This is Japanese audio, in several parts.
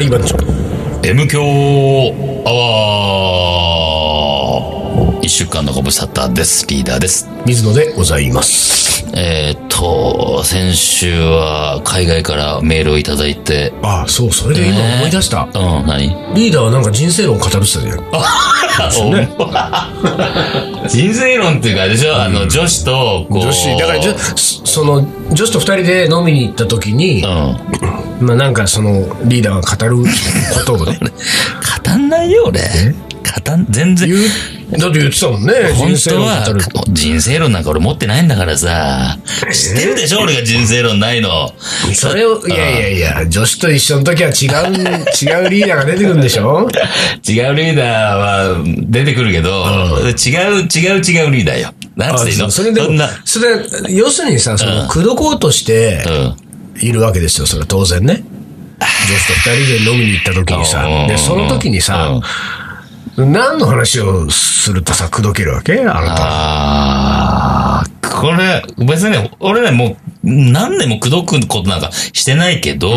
リ番長 M 強アワー一週間のご無沙汰です。リーダーです。水野でございますえーっと、先週は海外からメールをいただいて、ああそうそれで今思い出した、うん、 何リーダーはなんか人生論を語ってたじゃん 人生論っていうか、あれでしょ、あの、女子と、こう。女子だからじゅそその女子と二人で飲みに行った時に、うまあなんかそのリーダーが語ることを ねん。語んないよ、俺。語ん、全然言。うだって言ってたもんね本人生当論は語る、人生論なんか俺持ってないんだからさ。知ってるでしょ俺が人生論ないの。それをいやいやいや女子と一緒の時は違う 違うリーダーが出てくるんでしょ違うリーダーは出てくるけど、違う、違う、違うリーダーよ。なんつってんのあそれでもんな、それ要するにさその口説こうとしてうん。いるわけですよそれは当然ね女子と二人で飲みに行った時にさうんでその時にさ、何の話をするとさ口説けるわけあなたはあー、これ、別にね、俺ね、もう、何年も口説くことなんかしてないけど、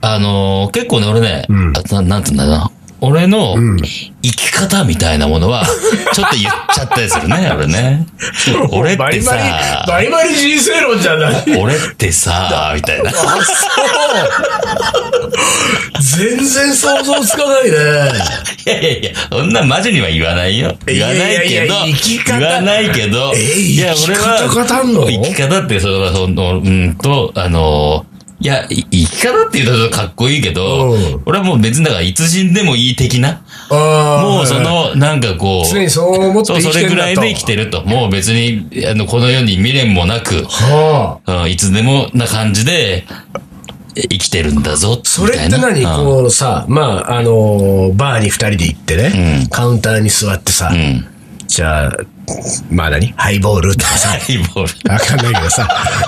あのー結構ね、俺ね、んあななんて言うんだろうな。俺の生き方みたいなものは、ちょっと言っちゃったりするね、俺ね。俺バっリてバリさ、、バリバリ人生論じゃない。俺ってさ、みたいな。全然想像つか ないね。いやいやいや、そんなマジには言わないよ。言わないいやけいやど、いや生き方言わないけど、えいや、俺は、生き方語んの生き方って、それは、その、うんと、あの、いや、い生き方って言うとちょっとかっこいいけどうん、俺はもう別にだから、いつ死んでもいい的な、あーもうそ、の、なんかこう、常にそう思ってそう、生そきてれるぐんだらいと。で生きてると。もう別に、あの、この世に未練もなく、はあ。うんいつでもな感じで、え生きてるんだぞ、それってみたい何なこうさ、まあ、あのーバーに二人で行ってね、カウンターに座ってさ、うん。うんじゃあ、まあ何ハイボールとかさハ、イボール。わかんないけ どさ、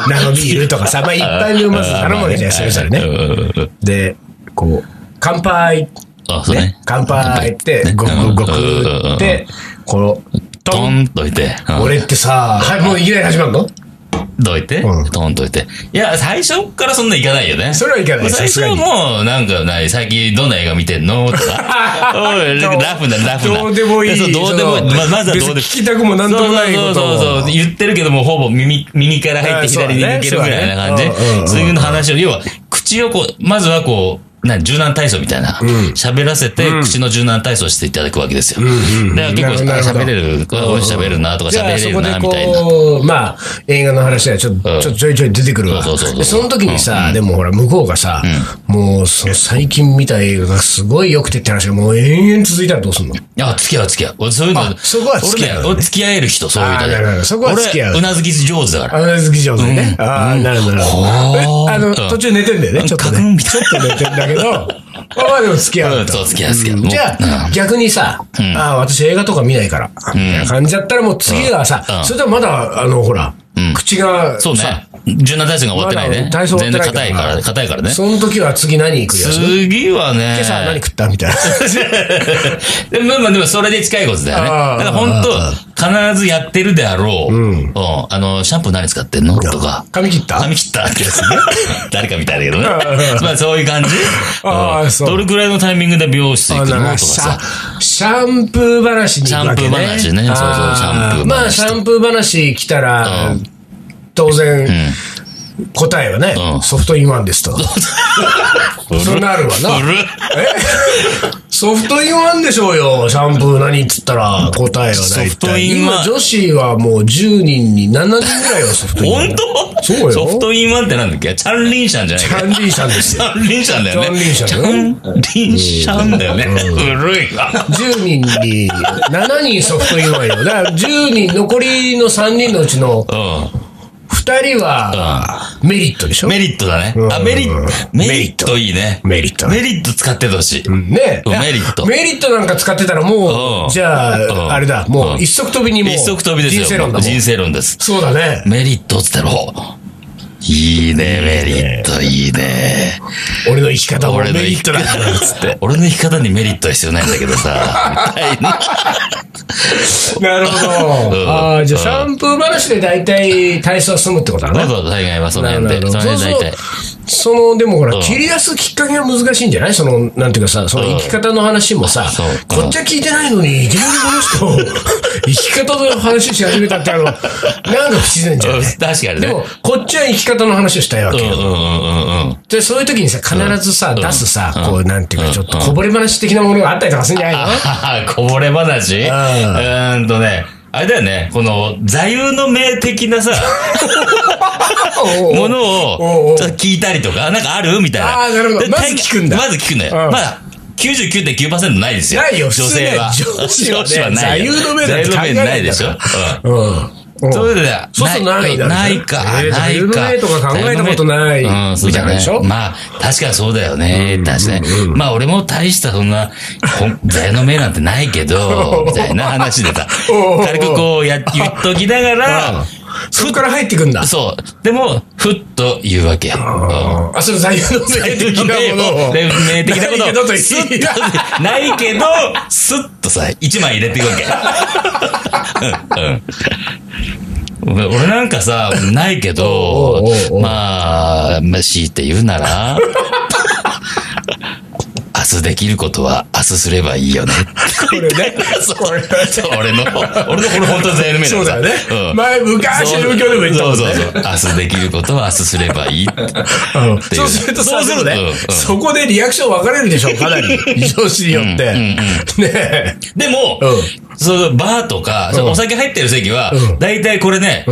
ナノビールとかさ、まあ一杯目をまず頼むわけじゃない、それぞれね。ね。で、こう、乾杯 あ、そうね。乾杯って、ごくごくって、この、トンといて。うん俺ってさ、はい、もういきなり始まるのどいてうん。トンといて。いや、最初からそんないかないよね。それはいかない最さすが初はにもう、なんかない。最近どんな映画見てんのと か。おいどうラフな、ラフな。どうでもいいそうどうでもいい。そのままずはどうでもい別い。に聞きたくもなんともないことをそうそうそうそう。言ってるけども、ほぼ耳、耳から入ってあそうだね左に抜けるぐらいな感じそうだねうんうんう。んそういうの話を、要は、口をこう、まずはこう、な柔軟体操みたいな。喋らせて、口の柔軟体操していただくわけですよ。だから結構、なあるほど喋れる、こう喋るなとかじ喋ゃあれそるこでな、みたいな。こう、まあ、映画の話はちょっうと、んちょっとちょいちょい出てくるわ。そうそうそうそうで、その時にさ、でもほら、向こうがさ、もう、その最近見た映画がすごい良くてって話がもう延々続いたらどうすんのあ、付き合う付き合う。俺そういうのあ、そこは付き合う俺ね、俺付き合える人、そういうあーのなるほどそこは付き合う俺、うなずき上手だから。あの、好き上手ね。ああ、なるほどなるほほど。ーえあうんの、途中寝てんだよね、ちょっとうんね。ちょっと寝てんだけど、まあまあでも付き合う、うんと。そう、付き合う付き合う。もうじゃあ、逆にさ、ああ、私映画とか見ないから、みたいな感じだったらもう次がさうん、それとはまだ、あの、ほら、口が、そうね。柔軟体操が終わってないまねだ。体操終わ全って然ない硬いから、硬いからね。その時は次何行くやつ今次はね。朝何食ったみたいな。 でも、まあでも、それで近いことだよね。だあーから、本当必ずやってるであろう。うん。あの、シャンプー何使ってんのとか。髪切った髪切ったって やつね。誰かみたいだけどね。まあ、そういう感じ。あーうんそうどれくらいのタイミングで美容室行くのとあかシさ。ャシャンプー話に行くわけね。シャンプー話ねそうそうあシャンプー話まあ、シャンプー話来たらう、当然、答えはね、うんソフトインワン ですと。そうなるわな。古っえソフトインワンでしょうよ。シャンプー何っつったら答えは大体。ソフトインワ今ン女子はもう10人に7人ぐらいはソフトインワン。本当そうよソフトインワンってなんだっけチャンリンシャンじゃないキャか。ンディーさんですチよ。ャンリンシャンだよね。チャチャンリンシャンだよね。古いわ。 10人に、7人ソフトインワンよ。だから10人、残りの3人のうちのう2人はメリットでしょん。メリットだね。あ、メリット、メリットいいね。メリットメリット使っててほしい。ねうんメリットメリットなんか使ってたらもうんう、じゃうんあ、あれだ、もううん一足飛びにもう。一足飛びですよ。人生論だもん。人生論です。そうだね。メリットっつったら、おいいね、メリット、いいね。俺の生き方もメ俺のリ生ッきト方だ。 つって。俺の生き方にメリットは必要ないんだけど さ。みたいな。なるほうんど。ああ、じゃあシャンプー話で大体体操は済むってことだまねず。は大概はその辺なで。るそほのど辺大体。そうその、でもほら、切り出すきっかけが難しいんじゃないその、なんていうかさ、その生き方の話もさそう、こっちは聞いてないのに、いきなりこの人、 生き方の話し始めたってあの、なんか不自然じゃうんない 確かにね。でも、こっちは生き方の話をしたいわうんけうんよ。うんうんうん。で、そういう時にさ、必ずさ、出すさ、こう、なんていうか、ちょっとこぼれ話的なものがあったりとかするんじゃないのあーこぼれ話うーんとね、あれだよね、この座右の銘的なさ、 おうおもうのおうおをうちょっと聞いたりとか、なんかあるみたいな。あーなるほどでまず聞くんだまず聞くんだよ。うんまあ99.9%ないですよ。ないよ女性は。普通ね女子はね女子はないよ。座右の銘なんて考座え右なのいんだから銘ないでしょ。うんうん。うんそういうのでそうするとないだろないか。えーない座右のか。銘とか考えたことないうん、そうみただいなねでしょ。まあ、確かにそうだよね。確かに。まあ、俺も大したそんな、ほん座右の銘なんてないけ ど、みたいな話でさ、おうおうおう軽くこうや、言っときな がうんら、そこから入ってくんだ。そう。でも、ふっと言うわけよ。うんあ、その座右の銘的 なものを。で明的なないけこどととを。言スッってとないけど、スッとさ、一枚入れていくわけ。うんうん俺なんかさ、ないけおうどおうおう、まあ、まあ、強いて言うなら、明日できることは明日すればいいよね。これね。これねそう俺の、俺のこれ本当に全面そうだよねう。ん前、昔の教でも言ったもんそうね。そうそう。明日できることは明日すればいいって。うんていうそうするとそうさ、すでるもねとうんうん、そこでリアクション分かれるでしょ、かな り。上司によって。ねえ。でも、うそのバーとか、そのお酒入ってる席は、うんだいたいこれね、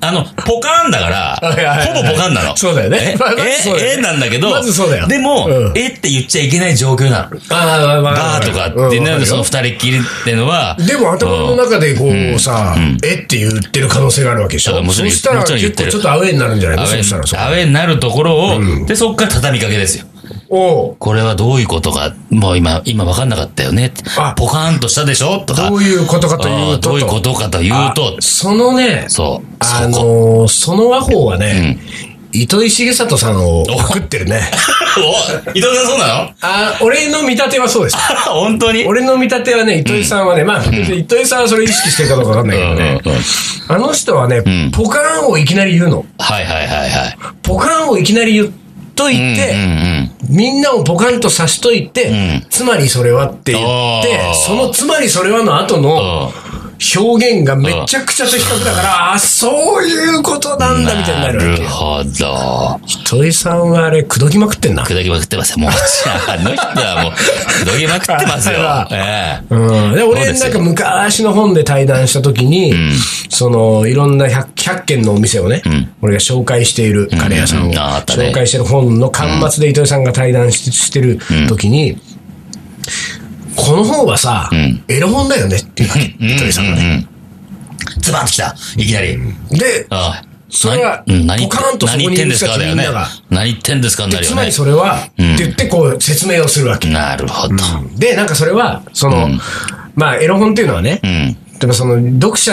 あの、ポカーンだから、はいはいはいほぼポカーンなの。そうだよねえまあまずそうだよえ、えなんだけど、まずそうだよでも、うんえって言っちゃいけない状況なの。ああ、まバーとかってね、そのう二人っきりってのは、でも頭の中でこうさ、えって言ってる可能性があるわけでしょ。うんもちろんそしたらもちろん結言って構るちょっとアウェイになるんじゃないアのそウしたらそェこアウェイになるところを、で、そっから畳みかけですよ。おうこれはどういうことか、もう今、今分かんなかったよねってあ。ポカーンとしたでしょとか。どういうことかといあーうと。どういうことかというとあ、そのね、そう。あそこ。のーその和法はね、糸井重里さんをおパクってるね。 お伊藤さんそうなのあー俺の見立てはそうです。本当に俺の見立てはね、糸井さんはね、まあ、糸井さんはそれ意識してるかどうかわかんないけどね、うんうんうんあの人はね、んポカーンをいきなり言うの。はいはいはいはい。ポカーンをいきなり言っといて、うんうんみんなをポカンとさしといて、うつまりそれはって言ってあー、そのつまりそれはの後の表現がめちゃくちゃ的確だから、あ、そういうことなんだみたいになるわけるよ。ほど。土井さんはあれ、口説きまくってんな。砕きまくってますよ。もう、あの人はもう、砕きまくってますよあ。ええうん、でそう俺ですなよんか昔の本で対談した時に、そのいろんな 100, 100軒のお店をね、俺が紹介しているカレー屋さんを、うんああったね紹介してる本の巻末で糸井さんが対談ししてる時に、この本はさ、エロ本だよねっていうわけ、うん糸井さんがね。うんズバンときたいきなり。で、ああそれは何うん何言ってポカーンとそこに何言ってんですかだよいるね人たちみんなが。何言ってんですかになるつよまりね。それは、って言ってこう説明をするわけ。なるほど。で、なんかそれは、その、まあエロ本っていうのはね、うん。でもその読者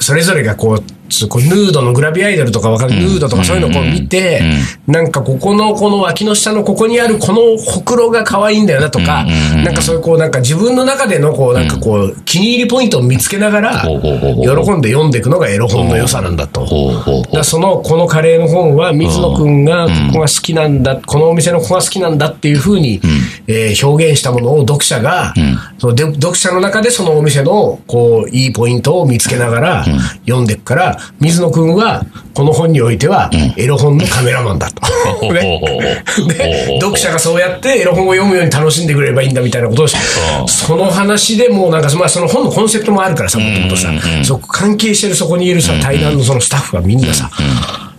それぞれがこうつこうヌードのグラビアアイドルとかわかる、ヌードとかそういうのをこう見て、なんかここのこの脇の下のここにあるこのほくろが可愛いんだよなとか、なんかそういうこうなんか自分の中でのこうなんかこう気に入りポイントを見つけながらほうほうほうほう喜んで読んでいくのがエロ本の良さなんだと。ほうほうだかほうら。そのこのカレーの本は水野君がここが好きなんだ、このお店のここが好きなんだっていうふうに、えー表現したものを読者が、そので読者の中でそのお店のこういいポイントを見つけながら読んでいくから、水野君はこの本においてはエロ本のカメラマンだと。ほうほ うねほうほうで読者がそうやってエロ本を読むように楽しんでくれればいいんだみたいなことをしうんその話でもうなんか、まあ、その本のコンセプトもあるからさ、もともとさ、そこ関係してるそこにいるさ、対談のそのスタッフがみんなさ、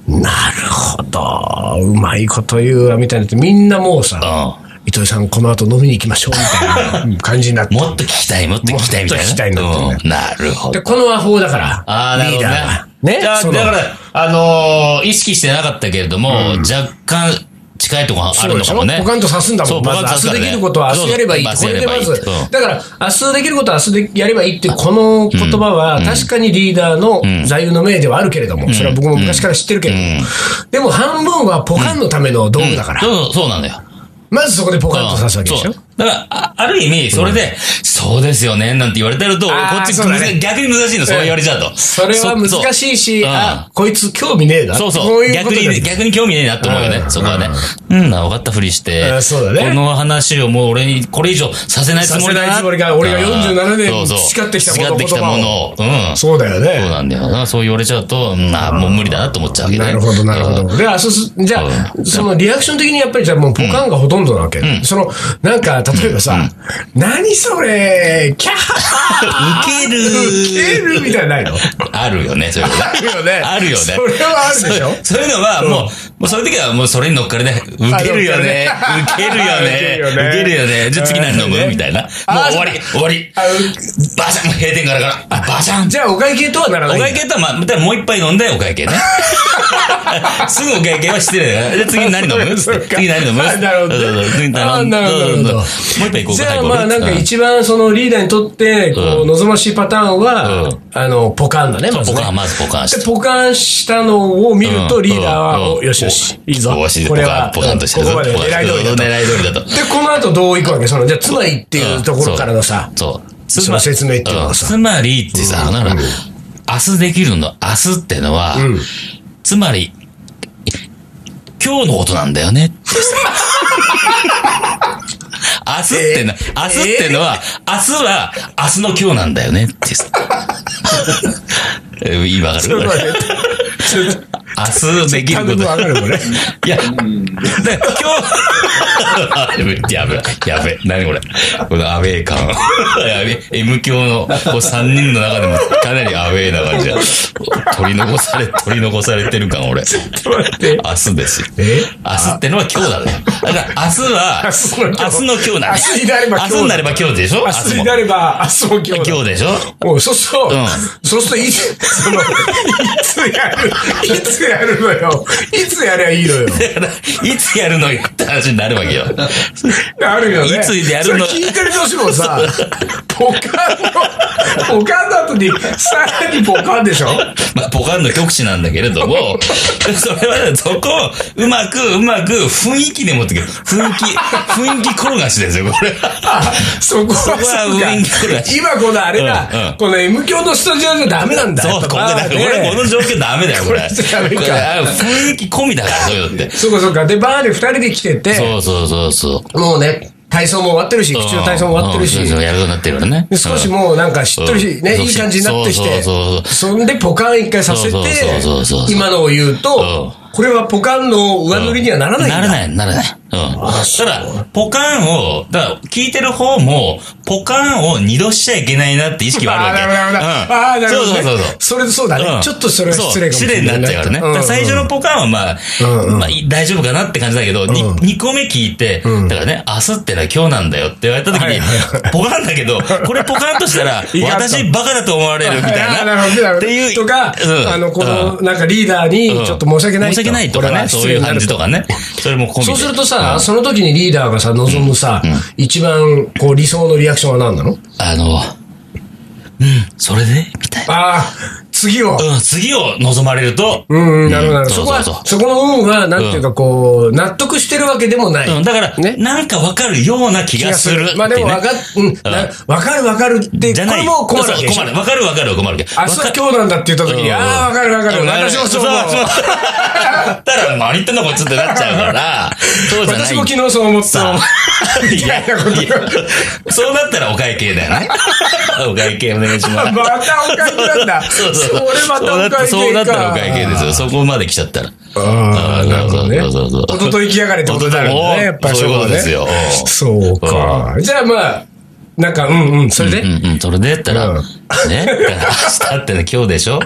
なるほど、うまいこと言うわ、みたいなって、みんなもうさ、糸井さんこの後飲みに行きましょう、みたいな感じになって。もっと聞きたい、もっと聞きたいみたいな。もっと聞きたいんだってねうんなるほどで、。この和法だから、ああ、なるリほーどダねーが。。ねじゃあそのだから、あのー意識してなかったけれども、若干近いところあるのかもね。ポカンと刺すんだそも。うんポまカンと刺ず明すか日らねできることは明日やればいいって。こそうれでまず明日やればいいっ、てだから明日できることは明日でやればいいって、この言葉は確かにリーダーの座右の銘ではあるけれども、それは僕も昔から知ってるけれども、でも半分はポカンのための道具だから、そうそうなんだよ。まずそこでポカンと刺すわけでしょそう。だから、あある意味、それで、そうですよね、なんて言われてると、俺あーこっちそうだね逆に難しいの、そう言われちゃうと。それは難しいし、そそうあ、こいつ興味ねえな。そうこそう。いこ逆とだに、逆に興味ねえなって思うよねう、んそこはね。うん、分かったふりして。うんそうだねこの話をもう俺にこれ以上させないつもりだな。させないつもりが俺が47年そうそう培ってきたもの培ってきたものを。うん。そうそうだよね。なんだよな。そう言われちゃうと、うんあもう無理だなと思っちゃうわけね。なるほど、なるうんほど。で、あ、そうす、じゃあ、そのリアクション的にやっぱりじゃあもうポカンがほとんどなわけ。その、なんか、例えばさ、何それ、キャーウケるウケるみたいなのないのあるよね、そういうこと。あるよねあるよね。それはあるでしょそういうのは、もう、もうそういう時はもうそれに乗っかりね。ウケるよね。ウあケるよね。ウケるよねウケるよね。じゃあ次何飲うむんみたいな。もうあ終わり、終わり。あバシャン閉店からから。あバシャンじゃあ、お会計とはならおないんだ。会計とは、まあ、でももう一杯飲んで、お会計ね。すぐお会計は失礼だから。で、次何飲むそうか次何飲むあなるほどそうそう次あ頼んなるほどどうぞどうぞなるほどもう一杯行こうじか。ゃあはいまあなんか一番そのリーダーにとってこうう望ましいパターンは、うんあのポカンだねそうまずポねカンまずポカンしてでポカンしたのを見るうとんリーダーは、うんおよしよしいいぞおわしでこポれカはン、ポカンとしてこるこまでポカン狙い通りだとで狙い通りだと。この後どういくわけそのじゃあつまりっていうところからのさそう。その説明っていうのがさつまりってさ、だから、明日できるの、明日ってのは、うんつまり、今日のことなんだ よね。明日ってな、明日ってのは、明日は、明日の今日なんだよねって さ。えいいわかちょるっと明待ってちょっと日できる単こ語と。わかるこれいや、だから今日、 やべ、やべ、何これ。このアウェー感。やべ、M 教のこう3人の中でもかなりアウェーな感じだ。取り残され、取り残されてる感、俺。ちょっと待って明日ですよ。え明日ってのは今日だね。だから明日明は、明日日の今日だね。明日になれば今日明日になれば今日でしょ明日になもれば明日も今日だ今日でしょもうそうすると、んそうするといつ、その、いつやる、いつやるのよ。いつやりゃいいのよ。だからいつやるのよって話になるわけよ。あるよね。いつやるのそれ聞いてる女子もさ、ポカンの、ポカンの後に、さらにポカンでしょまあ、ポカンの極致なんだけれども、 それはね、そこをうまく、うまく雰囲気で持ってくる。雰囲気、 雰囲気転がしですよ、こ れ。そこはこはそうか上に来るらしい今このあれだ、うんうんこの M 教のスタジオじゃダメなんだ。そう、ここだ。これ、この状況ダメだよ、これ。これダメかこれあ雰囲気込みだから、そういうのって。そうかそうか。で、バーで二人で来てて、そうそうそうそう。もうね、体操も終わってるし、口の体操も終わってるし、うんそうそうやるようになってるからね。で少しもうなんかしっとりし、ね、うんいい感じになってきて、そうそうそうそんでポカン一回させてそうそうそうそう、今のを言ううんと、これはポカンの上塗りにはならないんだ。ならない、ならない。うん。ただ、ポカンを、だから、聞いてる方も、ポカンを二度しちゃいけないなって意識はあるわけ。 あーなるほどなるほどあー、なるほどね。うんそうそうそうそう。それ、そうだうんね。ちょっとそれは失礼かもしれない。そう失礼になっちゃうからね。だから最初のポカンはまあ、うんうんまあい大丈夫かなって感じだけど、に二2個目聞いて、だからね、明日ってのは今日なんだよって言われた時はいには、ポカンだけど、これポカンとし たら、いや私バカだと思われるみたいあな。ーなるほど、なるほど。っていう。とかう、んあの、この、なんかリーダーに、うんちょっと申し訳ない。申し訳ないとかこれはね、そういう感じと失礼になるかね。それも込みでそうするとさ、その時にリーダーがさ、望むさ、一番、こう、理想のリアクションは何なのあの、うん、それでみたいな。ああ、次を。うん、次を望まれると、うんうん、なるほどなるほど。うそんこそうは、そうそうそこの運は、なんていうかこう、納得してるわけでもない。うん、だから、ねなんかわかるような気気がするっていうね。まあでも、わか、うん、なわかるわかるって、こじゃれない。も困るわそけうでし困ょ。る。わかるわかる困るけど。明日は今日なんだって言った時に、ああ、わかるわかる。私もそう思う。 だから、何言ってんのこいつってなっちゃうから、そうじゃない。私も昨日そう思った。いや いなこといやそうなったらお会計だよ ね。お会計お願いしま す。またお会計なんだ。そそうそう。れまたお会計か。そうなったらお会計ですよ。そこまで来ちゃったら。ああ、なるほどね。そうそうそうそうおととい来やがれってことになるんだね。やっぱりそういうことねですよ。そうか。じゃあまあ、なんか、うんうん、それで、うんうん、それでやったら、うんね、だから明日ってのは今日でしょ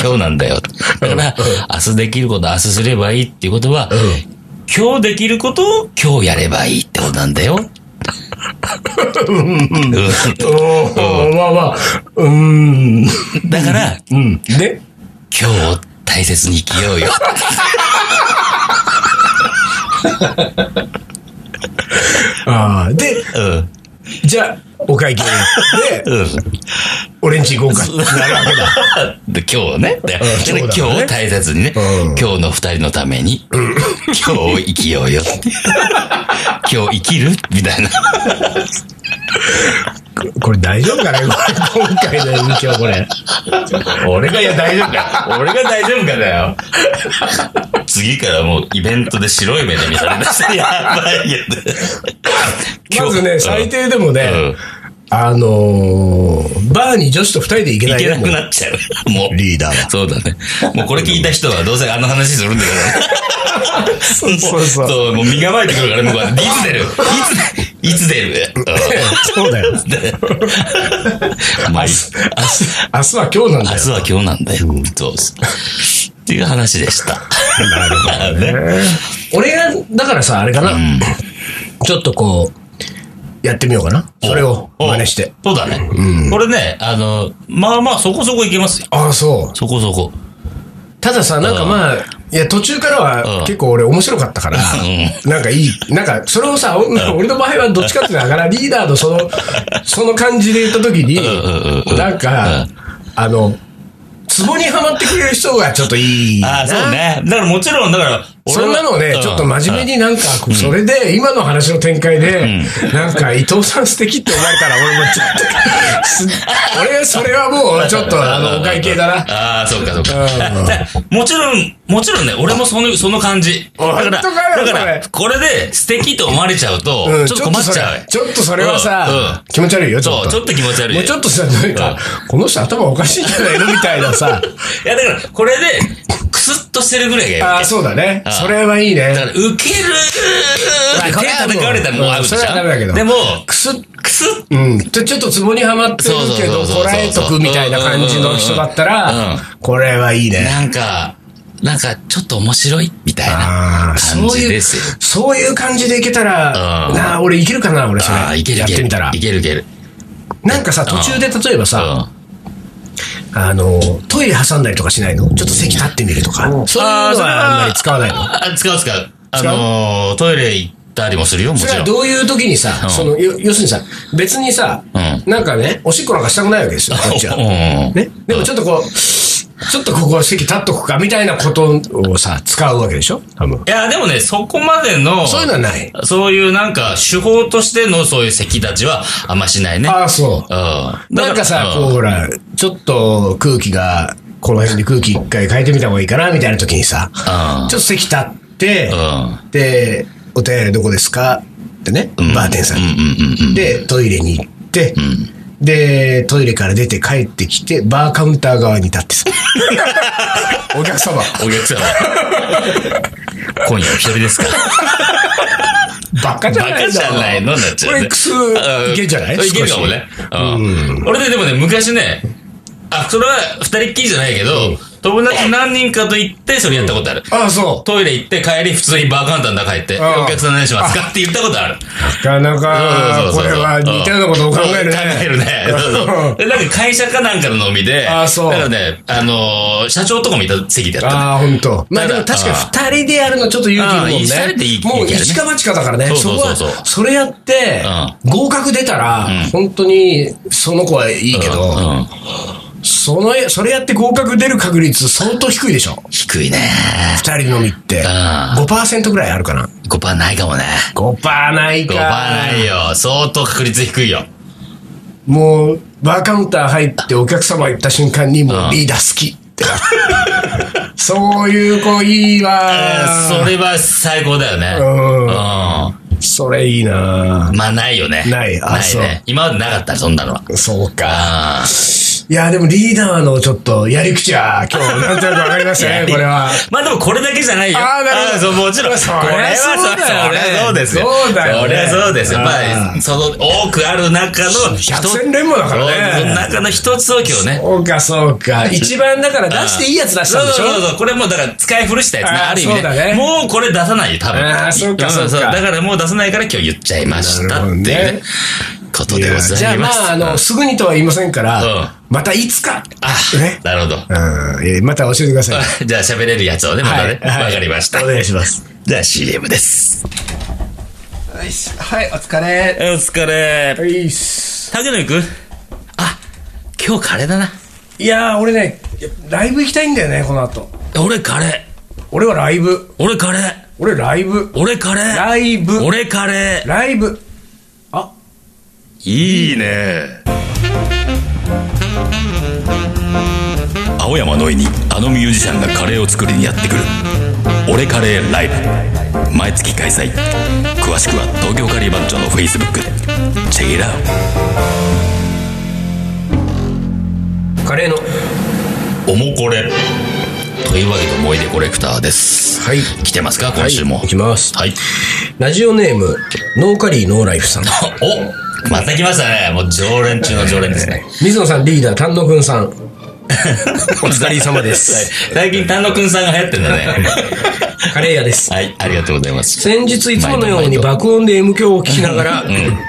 今日なんだよ。だから、明日できること明日すればいいっていうことは、今日できることを今日やればいいってことなんだよ。うんおーまあまあ、うーん。だから、うん。で、今日を大切に生きようよ。ああ、で、うん。じゃあ、お会計。で、俺んち行こうか。なるわけだ。で今日ね。でうんで今日そうだねを大切にね、うん今日の二人のために、今日を生きよう よ。今日生きるみたいな。これ大丈夫かねこれ今回の延長これ。俺がいや大丈夫か。俺が大丈夫かだよ。次からもうイベントで白い目で見られました。やばいよね。まずね、最低でもね、うんあのーバーに女子と二人で行けいないけねなもくうなっちゃう。もう。リーダーは。そうだね。もうこれ聞いた人はどうせあの話するんだから。そうそうそうそう、もう身構えてくるから、僕は、いつ出るいつ、いつ出る そうだよ。うんまあ、いい明明日、日は今日なんだ明よ。日は今日なんだよ。そうっすっていう話でした。なるほどね。 俺が、だからさ、あれかな、ちょっとこう、やってみようかな。それをお真似して。。そうだね。これね、あの、まあまあ、そこそこいけますよ。ああ、そう。そこそこ。たださ、なんかまあ、いや、途中からうんは結構俺面白かったから、なんかいい、なんかそれをさ、 俺の場合はどっちかっていうとだから、リーダーのその、その感じで言った時にんうんう、んなんか、あの、ツボにはまってくれる人がちょっといいな。ああ、そうね。だからもちろん、だから、そんなのね、ちょっと真面目になんか、それで、今の話の展開で、なんか、伊藤さん素敵って思われたら、俺もちょっと、す俺、それはもう、ちょっと、あの、お会計だな。ああ、そうか、そううんか。 もちろん、もちろんね、俺もその、その感じ。だから、だ本当かよかそられ、これで素敵と思われちゃうとうん、ちょっと困っちゃう。ちょっとそれちょっとそれはさ、う気持ち悪いよ、んちょっそと。う、ちょっと気持ち悪い。もうちょっとさ、なんか、この人頭おかしいんじゃないのみたいな さ。いや、だから、これで、くすっとしてるぐらいがいい。ああ、そうだねう。んそれはいいだね。から、ウケるーって手叩かれたらもうアウトじそれはゃダメだけん。どでも、くすっくすっうん、ちょちょっとツボにはまってるけど、そうそうそうそうこらえとくみたいな感じの人だったうんうら、んこれはいいね。なんか、なんか、ちょっと面白い、みたいあなあ、感そうじいでう、すよ。そういう感じでいけたら、うんなあ、俺いけるかな、俺そああ、れ。いけるいやっけてる。みたらい。けるいける。なんかさ、途中で例えばさ、あの、トイレ挟んだりとかしないのちょっと席立ってみるとか。そういうのはあんまり使わないの。あ、使う使う。あ使うのー、トイレ行ったりもするよ、もそちれろはん。どういう時にさ、うんその、よ要するにさ、別にさ、うなんかね、おしっこなんかしたくないわけですよ、こっちは。うんね。でもちょっとこう、ちょっとここ席立っとくか、みたいなことをさ、使うわけでしょ多分。いや、でもね、そこまでの、そういうのはない。そういうなんか、手法としてのそういう席立ちはあんましないね。ああ、そう。うん。だらなんかさ、こう、うんほら、ちょっと空気が、この辺で空気一回変えてみた方がいいかな、みたいな時にさ、ちょっと席立って、うん。で、お手洗いどこですかってね、バーテンさんにうんうんうんうん。で、トイレに行って、で、トイレから出て帰ってきて、バーカウンター側に立ってさ。お客様、 お客 様。今夜お一人ですかバカじゃバないカじゃないのになっちゃう、こね。れ、クスうんいけんじゃないいけるかもね。うん。俺ね、でもね、昔ね、あ、それは二人っきりじゃないけど、友達何人かと行って、それやったことある。少しああ、そトイレ行って帰り普通にバーカウンターの中入って、ああお客さん何しますかって言ったことある。う。なかなか、そこうそうそうそうれは似たようなことを考えるね。考えるね。そうそうでなんか会社かなんかの飲みで、ああそうだからね、あのー社長とかもいた席でやったの。ああ、ほんと。まあでもただ確かに二人でやるのちょっと勇気いるもんああね。一人でいいもういいやね一か八かだからね。そうそそこうそうそうは、それやって、合格出たら、ん本当にその子はいいけど、うんうんその、それやって合格出る確率相当低いでしょ低いね。二人のみって。う5%ぐらいあるかな。 5%ないかもね。 5%ない5%か。ないよ。相当確率低いよ。もう、バーカウンター入ってお客様行った瞬間に、もうリーダー好きって なるそういう子いいそわ。れは最高だよね。うんうん。それいいなまあ、ないよね。ないあないね。今までなかった、そんなのは。そうか。ああ。いや、でもリーダーのちょっとやり口は、今日なんとなくわかりましたね、これは。まあでもこれだけじゃないよ。あーなるほどーそう、もちろん。そりこれゃはそうだよねそりゃそうですよ。そうだよねそりゃそうですよ。あまあ、その多くある中の一百戦錬磨だからねそうその中の一つを今日ね。そうか、そうか。 一番だから出していいやつ出したんでしょそうそうそう。これもうだから使い古したやつね。あーある意味そうだねね。もうこれ出さないよ、多分。あーそうかんそうかだからもう出さないから今日言っちゃいましなたっていうるほどねね。ことでございます。じゃあまあ、あの、すぐにとは言いませんから、うんまたいつか、あね。なるほど。 うんえーまた教えてください。じゃあ喋れるやつをね、またね。はいはいわかりました。お願いします。じゃあ CM です。よしはい、お疲れ。お疲れ。いいっす。竹野行くあ、今日カレーだな。いやー、俺ね、ライブ行きたいんだよね、この後。俺カレ俺はライブー。。俺カレー。俺ライブ。俺カレー。ライブ。俺カレライブ。ー。いいね。青山のいにあのミュージシャンがカレーを作りにやってくる「俺カレーライブ」毎月開催詳しくは東京カリー番長のフェイスブックでチェックラウカレーの。おもこれというわけで思い出コレクターですはい来てますか今週もはい、行きます。はいラジオネーム、ノーカリーノーライフさん。おまた来ましたねもう常連中の常連ですね 水野さんリーダー、丹野くん さん。お疲れ様です。最近丹野くんさんが流行ってるんだねカレー屋です。はいありがとうございます先日いつものように爆音で M 響を聞きながら、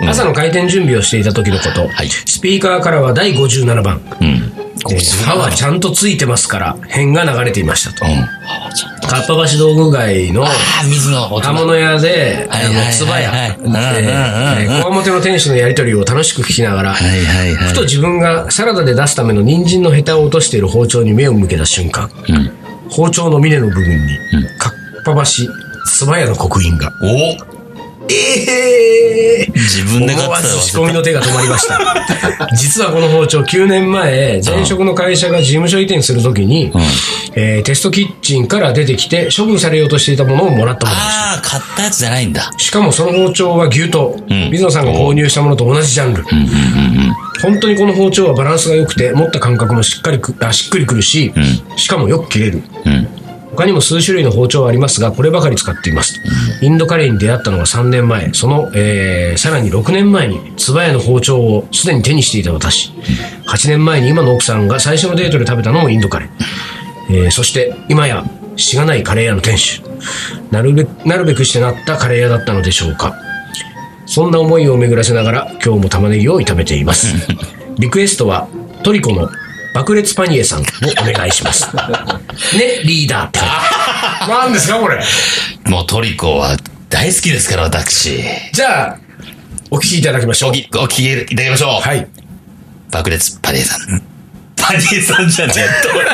朝の開店準備をしていた時のこと、はいスピーカーからは第57番、うんえー歯はちゃんとついてますから、変が流れていましたと。うんかっぱ橋道具街のあ水の音刃物屋で、あはいはいはいの、つば屋、はいえーえうんうんうんうんーこわもての店主のやりとりを楽しく聞きながら、はいはいはいふと自分がサラダで出すための人参のヘタを落としている包丁に目を向けた瞬間、包丁の峰の部分に、かっぱ橋、つば屋の刻印が。おえー自分で買思っわてたずら仕込みの手が止まりました。実はこの包丁、9年前、前職の会社が事務所移転するときに、えーテストキッチンから出てきて、処分されようとしていたものをもらったものです。ああ買ったやつじゃないんだしかもその包丁は牛刀、ん水野さんが購入したものと同じジャンル、本当にこの包丁はバランスが良くて持った感覚もしっかりくあしっくりくるし、しかもよく切れる、他にも数種類の包丁はありますがこればかり使っています、インドカレーに出会ったのが3年前その、えーさらに6年前につばやの包丁をすでに手にしていた私8年前に今の奥さんが最初のデートで食べたのもインドカレーえーそして今やしがないカレー屋の店主なるべなるべくしてなったカレー屋だったのでしょうかそんな思いを巡らせながら今日も玉ねぎを炒めています リクエストはトリコの爆裂パニエさんをお願いし ますねリーダーって何ですかこれもうトリコは大好きですから私じゃあお聞きいただきましょおうきお聞きいただきましょうはい爆裂パニエさん。パニエさんじゃね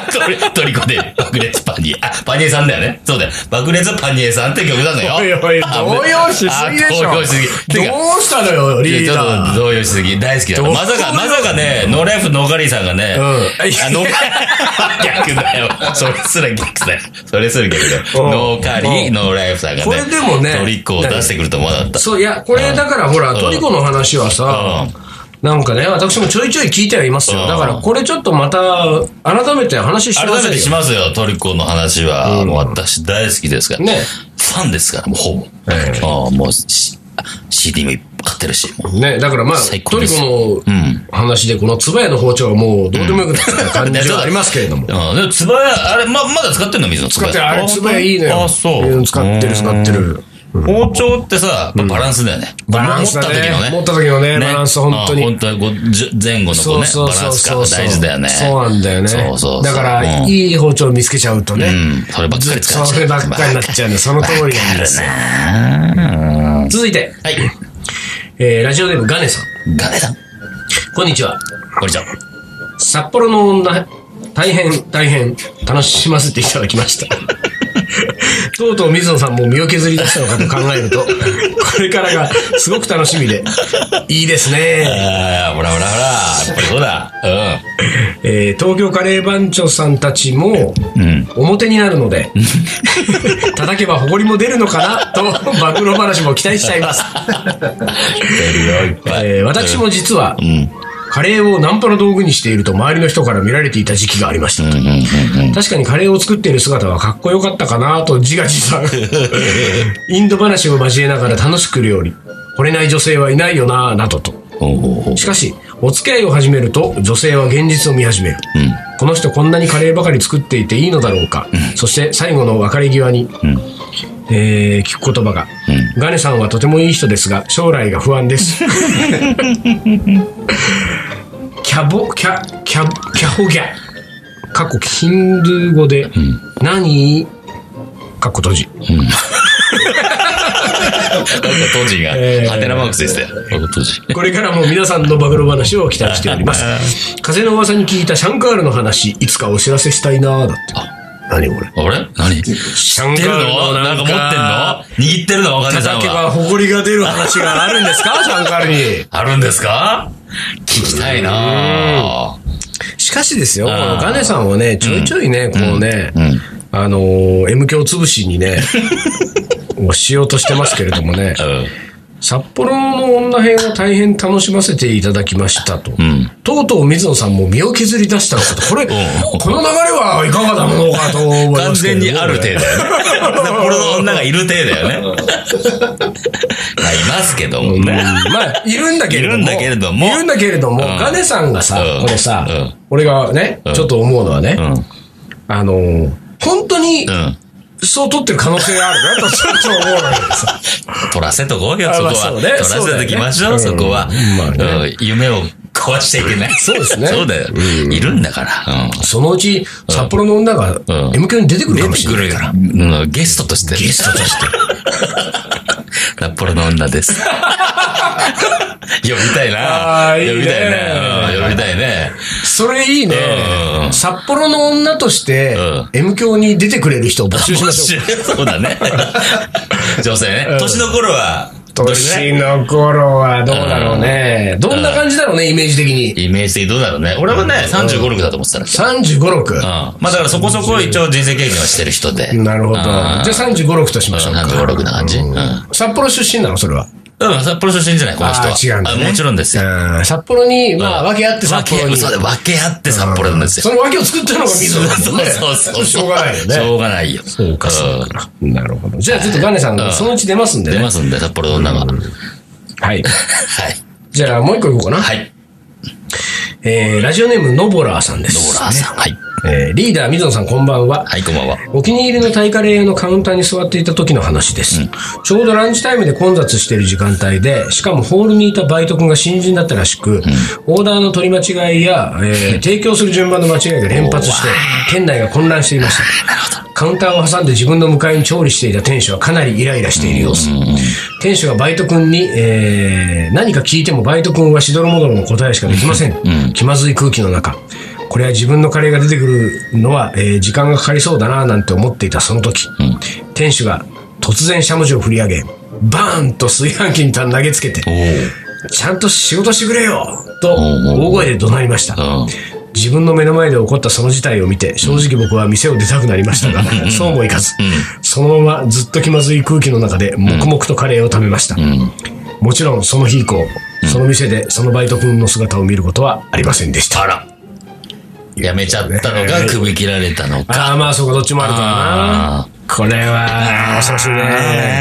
え。トリトリトリコで爆裂パニエ。あ、パニエさんだよね。そうだよ。爆裂パニエさんって曲なんだよ。おいおいあ動揺しすぎでしょあ動揺しすぎ。どてうかしたのよリいーやちょダっーと動揺しすぎ。大好きだどうまさか、まさかね、ノーライフノーカリーさんがね、うんあノーいカ リー、逆だよ。それすら逆だよ。それすら逆だよ。うんノーカリー、ノーライフさんがね、これでもねトリコを出してくると思わなかった。そういやこれだからほらうんトリコの話はさなんかね私もちょいちょい聞いてはいますうよんだからこれちょっとまた改めて話し改ましょめてしうよますよ、トリコの話は。もう私大好きですから。ねファンですから、もうほぼ。ええああもうし、CD もいっぱい買ってるし、もう。ねだからまあ最ト高リですコうのん。話でこのつばやの包丁はもうどうでもよくなった 感じがありますけれどもうん。でも、つばや、あれ、ま、まだ使ってんの水野つばだや。ってあれつばやいいのよあ、そう。ん使ってる使ってるうん。包丁ってさ、やっぱバランスだよね。バランスだね持った時のね。持った時のねバランス本当にあ本当にこう、じゅ前後のこうね、バランス感が大事だよね。そうなんだよねそうそうそうだから、うんいい包丁を見つけちゃうとね、うん。そればっかり使っちゃう。そればっかりになっちゃうんだその通りなんですよ続いて、はい。えーラジオネームガネさんガネさん。こんにちはこれじゃ。札幌の女、大変、大変、楽しませていただきました。 とうとう水野さんも身を削り出したのかと考えると、これからがすごく楽しみで、いいですね。ああ、ほらほらほら。やっぱりそうだ。えー東京カレー番長さんたちも、うん。うん。表になるので、叩けば埃も出るのかなと、暴露話も期待しちゃいます。出るよ、いっぱい。えー私も実は、うん。カレーをナンパの道具にしていると周りの人から見られていた時期がありました。うんうんうんうん。確かにカレーを作っている姿はかっこよかったかなと自画自 賛。インド話を交えながら楽しく料理。惚れない女性はいないよなぁ、などと。ほうほうほうしかし、お付き合いを始めると女性は現実を見始める。うん。この人こんなにカレーばかり作っていていいのだろうか。そして最後の別れ際に、んえー聞く言葉が、ガネさんはとてもいい人ですが、将来が不安です。キャボ、キャ、キャ、キャホギャ。過去ヒンドゥー語で、何過去閉じ。当時が、えーハテナマークついてたよ。当時。 これからも皆さんの暴露話を期待しており ます。風の噂に聞いたシャンカールの話、いつかお知らせしたいなーだって。何これ。あれ何知ってるのなんか持ってんの握ってるの金さん叩けばは。埃が出る話があるんですか シャンカールに。あるんですか聞きたいなぁ。しかしですよ、こあーのガネさんはね、ちょいちょいね、こうね、んあのー、M 響潰しに ね、をしようとしてますけれども ね、札幌の女編を大変楽しませていただきましたと。んとうとう水野さんも身を削り出したのかと。これ、この流れはいかがなものかと思い完ますけれ全どもにある体だよね。これの女がいる体だよね。まあ、いますけどもうんね。まあ、いるんだけれども。いるんだけれどもいるんだけれどもんガネさんがさう、んこれさうん、俺がね、ちょっと思うのはねう、ん。うん。あのー、本当に、そう取ってる可能性があるなとちょっと思うのよさ。取らせとこうよ、あそこまあは。そうね取らせときましょう、そそうだよねこはうん。まあうん夢を壊していけない。そうですねそうだよ。いるんだから。うんそのうち、札幌の女がん M 響に出てくるかもしれないるから。うんゲストとして。ゲストとして。 札幌の女です。呼びたいな。あーいいね呼びたいね。うん呼びたいね。それいいねう。ん札幌の女としてうん、 M 響に出てくれる人を募集しましょう。そうだね。女性ね。年の頃は、どれぐらい年の頃はどうだろうね。どんな感じだろうね、イメージ的に。イメージ的にどうだろうね。俺はね、35、6だと思ってたの。 35、6。うんまあだからそこそこ一応人生経験はしてる人で。なるほど。じあゃあー35、6としましょうか。 35 6な感じうんうん札幌出身なのそれは。うん、札幌出身じゃない、この人は。あー違うんだねあもちろんですよ。うん札幌に、まあ、訳あって札幌に。分けそうだ分け合って札幌なんですよ。その訳を作ってるのが水野だもんね。そうそうそう。しょうがないよね。しょうがないよ。そうか、そうか。なるほど。じゃあちょっとガネさんがそのうち出ますんで出ねま。すんで、札幌の女はは。い。はい。じゃあもう一個いこうかな。はい。えー、ラジオネームのぼらーさんです。ドラーさん。はい。えー、リーダー水野さんこんばんは。はい、こんばんは。お気に入りのタイカレーのカウンターに座っていた時の話です、ちょうどランチタイムで混雑している時間帯で、しかもホールにいたバイト君が新人だったらしく、オーダーの取り間違いや、え ー提供する順番の間違いが連発して、店内が混乱していました。カウンターを挟んで自分の向かいに調理していた店主はかなりイライラしている様子。店主がバイト君に、えー何か聞いてもバイト君はしどろもどろの答えしかできません。気まずい空気の中。これは自分のカレーが出てくるのは、えー時間がかかりそうだななんて思っていたその時、店主が突然しゃもじを振り上げ、バーンと炊飯器に投げつけて、ちゃんと仕事してくれよと大声で怒鳴りました。うん。自分の目の前で起こったその事態を見て、正直僕は店を出たくなりましたが、そうもいかず、そのままずっと気まずい空気の中で、黙々とカレーを食べました。もちろん、その日以降、その店でそのバイト君の姿を見ることはありませんでした。あら。やめちゃったのか、首切られたのか。ああ、まあそうか、どっちもあるからあな。これは、恐ろしいね。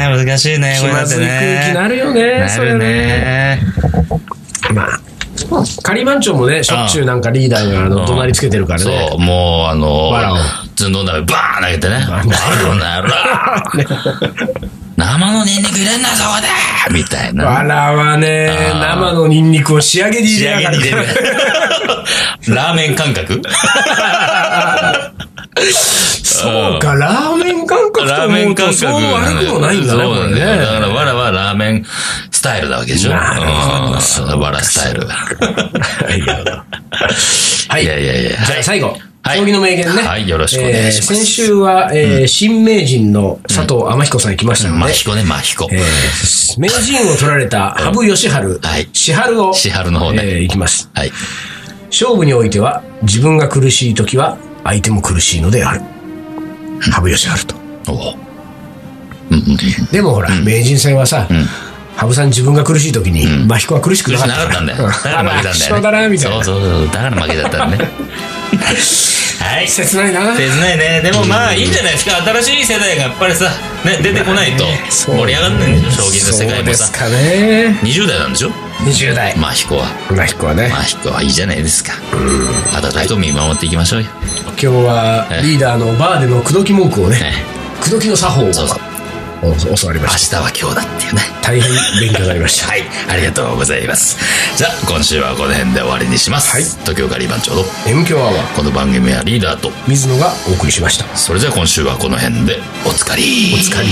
あー難しいね、気これだまってずい空気になね。るよね、なそれる。ね。まあ、カリマンチョもね、しょっちゅうなんかリーダーがあの怒鳴りつけてるからねそ。う、もう、あのわらを、ずんどん鍋バーン投げてね。あるなる生のニンニク入れんな、そこでみたいわな。らはね、あー生のニンニクを仕上げに入仕れや上がげるにか出るら。。ラーメン感覚 そうか、ラーメン感覚とラーメ思ンうと、感覚そう悪くもないんだね、そうこなれんだよ。だかね。ら、わらはラーメンスタイルなわけでしょ。なるほどうんそうわらスタイル。はいい。やいやいや。じゃあ最後。はい将棋の名言ね。はいよろしくお願いしますえー先週は、えー新名人の佐藤天彦さん行きましたのマで、ヒコね、マヒコ。えー名人を取られた羽生善治、はい千春を、千春の方ねえー行きます。はい。勝負においては、自分が苦しい時は、相手も苦しいのである。羽生善治と。おうでもほら、名人戦はさ、羽生さん自分が苦しい時に、真彦は苦しく苦なしかくっなたかったんだよ。だかあら負けたんまあだよ、ね。一緒だな、みたいな。そうそうそう。だから負けだったんだね。はい。切切ないな。ないね。でもまあいいんじゃないですか。新しい世代がやっぱりさ、ね、出てこないとそう盛り上がんないんでしょ、将棋の世界もそうですさ。かね。 20代なんでしょ20代。まあ彦は。な彦はねま、あ彦はいいじゃないですか。温かく見守っていきましょうよ。今日はええリーダーのバーでの口説き文句をね、ね。口説きの作法をそうそうお教わりま明した。日は今日だっていうね。大変勉強になりました。はい。ありがとうございます。じゃあ今週はこの辺で終わりにします。はい。東京カリー番長の M 強アワー、この番組はリーダーと水野がお送りしました。それじゃあ今週はこの辺でおつかりおつかり